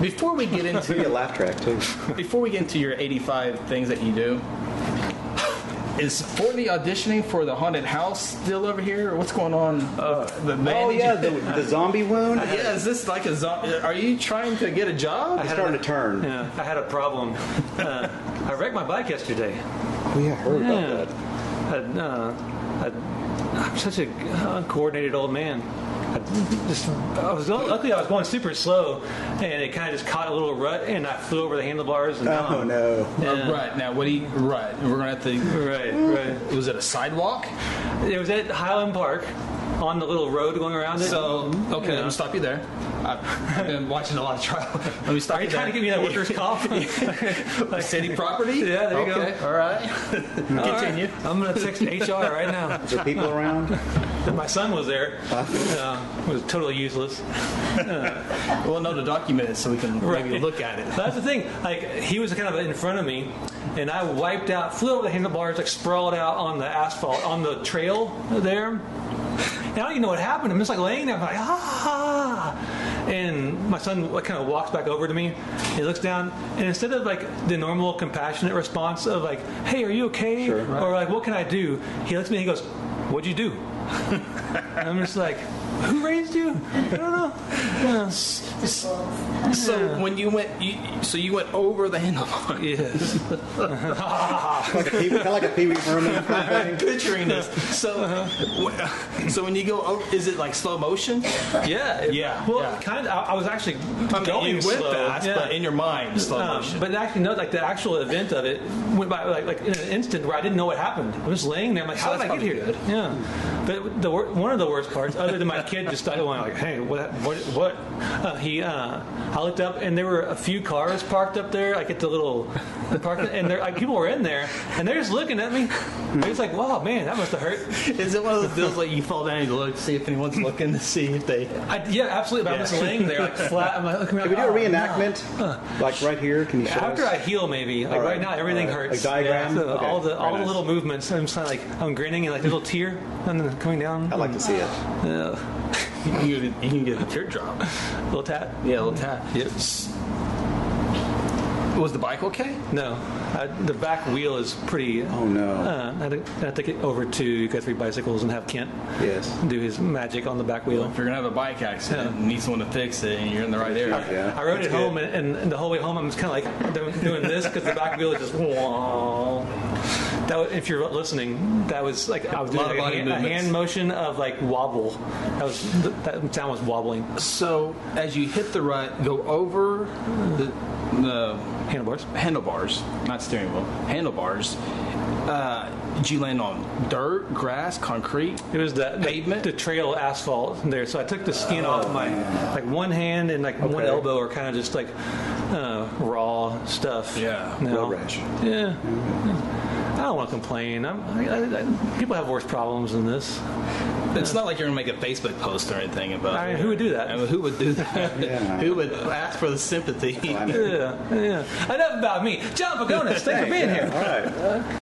Before we get into Maybe a laugh track too. Before we get into your 85 things that you do, is for the auditioning for the haunted house still over here? Or what's going on? Uh, the Oh bandage- yeah, the, the zombie wound. yeah. Is this like a zombie? Are you trying to get a job? It's starting to turn. Yeah, I had a problem. Uh, I wrecked my bike yesterday. Oh, yeah, I heard Yeah. about that. I, uh, I, I'm such an uncoordinated old man. I just, I was luckily I was going super slow, and it kind of just caught a little rut, and I flew over the handlebars. And Oh no. Uh, right now, what do you? Right, we're gonna have to. Right, right. Was it a sidewalk? It was at Highland Park on the little road going around it. Mm-hmm. So okay, let me stop you there. I've, I've been watching a lot of trial. Let me stop Are you there. trying to give me that workers' comp? like city property? Yeah, there you go. okay, All right. Continue. All right, I'm gonna text HR right now. Is there people around? My son was there. Uh-huh. Uh, was totally useless. Well, no, to document it so we can maybe look at it. That's the thing. Like he was kind of in front of me, and I wiped out, flew over the handlebars, like sprawled out on the asphalt on the trail there. And I don't even know what happened. I'm just like laying there, I'm like ah. And my son like, kind of walks back over to me. He looks down, and instead of like the normal compassionate response of like, "Hey, are you okay?" Sure. or like, "What can I do?" He looks at me. and He goes, "What'd you do?" and I'm just like, "Who raised you?" I don't know. Yeah. So when you went, you, so you went over the handlebar. Yes. Like a pee- kind of like a Pee Wee Herman kind I'm of thing. picturing this. So, w- so when you go, over, is it like slow motion? Yeah, it- Yeah, Well, yeah. kind of. I, I was actually going you Uh-huh. slow, yeah. but in your mind, slow Um, motion. but actually, no. Like the actual event of it went by like, like in an instant where I didn't know what happened. I was laying there. I'm like, "Oh, So how did I that's get here? probably good. Yeah. But the wor- one of the worst parts, other than my kid just started going like, hey, what, what, what? Uh, he, uh, I looked up and there were a few cars parked up there. Like at the little park, and there, like, people were in there, and they're just looking at me. They're just like, wow, man, that must have hurt. is it one of those deals like you fall down and you look to see if anyone's looking to see if they? I, yeah, absolutely. But I'm Yeah. just laying there like flat. I'm like, looking around, Can we do a "Oh, no." reenactment? Like right here? Can you show After us? I heal, maybe like All right, right. now, everything All right. hurts. Like diagram? Yeah, so Okay. All the Very all the nice. little movements. I'm just kinda like I'm grinning and like a little tear and then coming down. I'd like to see it. Yeah. You can get a, you can get a teardrop. little tat. Yeah, a little tap. Yes. Was the bike okay? No, I, the back wheel is pretty. Oh no. Uh, I had to- I had to take it over to Guthrie Bicycles and have Kent Yes. do his magic on the back wheel. If you're gonna have a bike accident, Yeah. you need someone to fix it, and you're in the right area. Yeah. I rode That's it home, and, and the whole way home, I'm just kind of like doing- doing this because the back wheel is just. wah. That was, if you're listening, that was like I was A lot doing like of a, body hand, a movements. hand motion of like wobble. That was that sound was wobbling. So as you hit the rut, go over the, the Handlebars. handlebars, not steering wheel, handlebars. Uh, did you land on dirt, grass, concrete? It was the, the Pavement? Oh, the trail asphalt there. So I took the skin off my like one hand and like one Okay. elbow are kind of just like uh, raw stuff. Yeah. No. Road rash. Yeah. I don't want to complain. I'm, I, I, I, people have worse problems than this. It's not like you're gonna make a Facebook post or anything about. I mean, it. who would do that? I mean, who would do that? Yeah. Who would ask for the sympathy? I'm- Yeah, yeah. Enough about me. John Pagonis, thanks for being here. All right.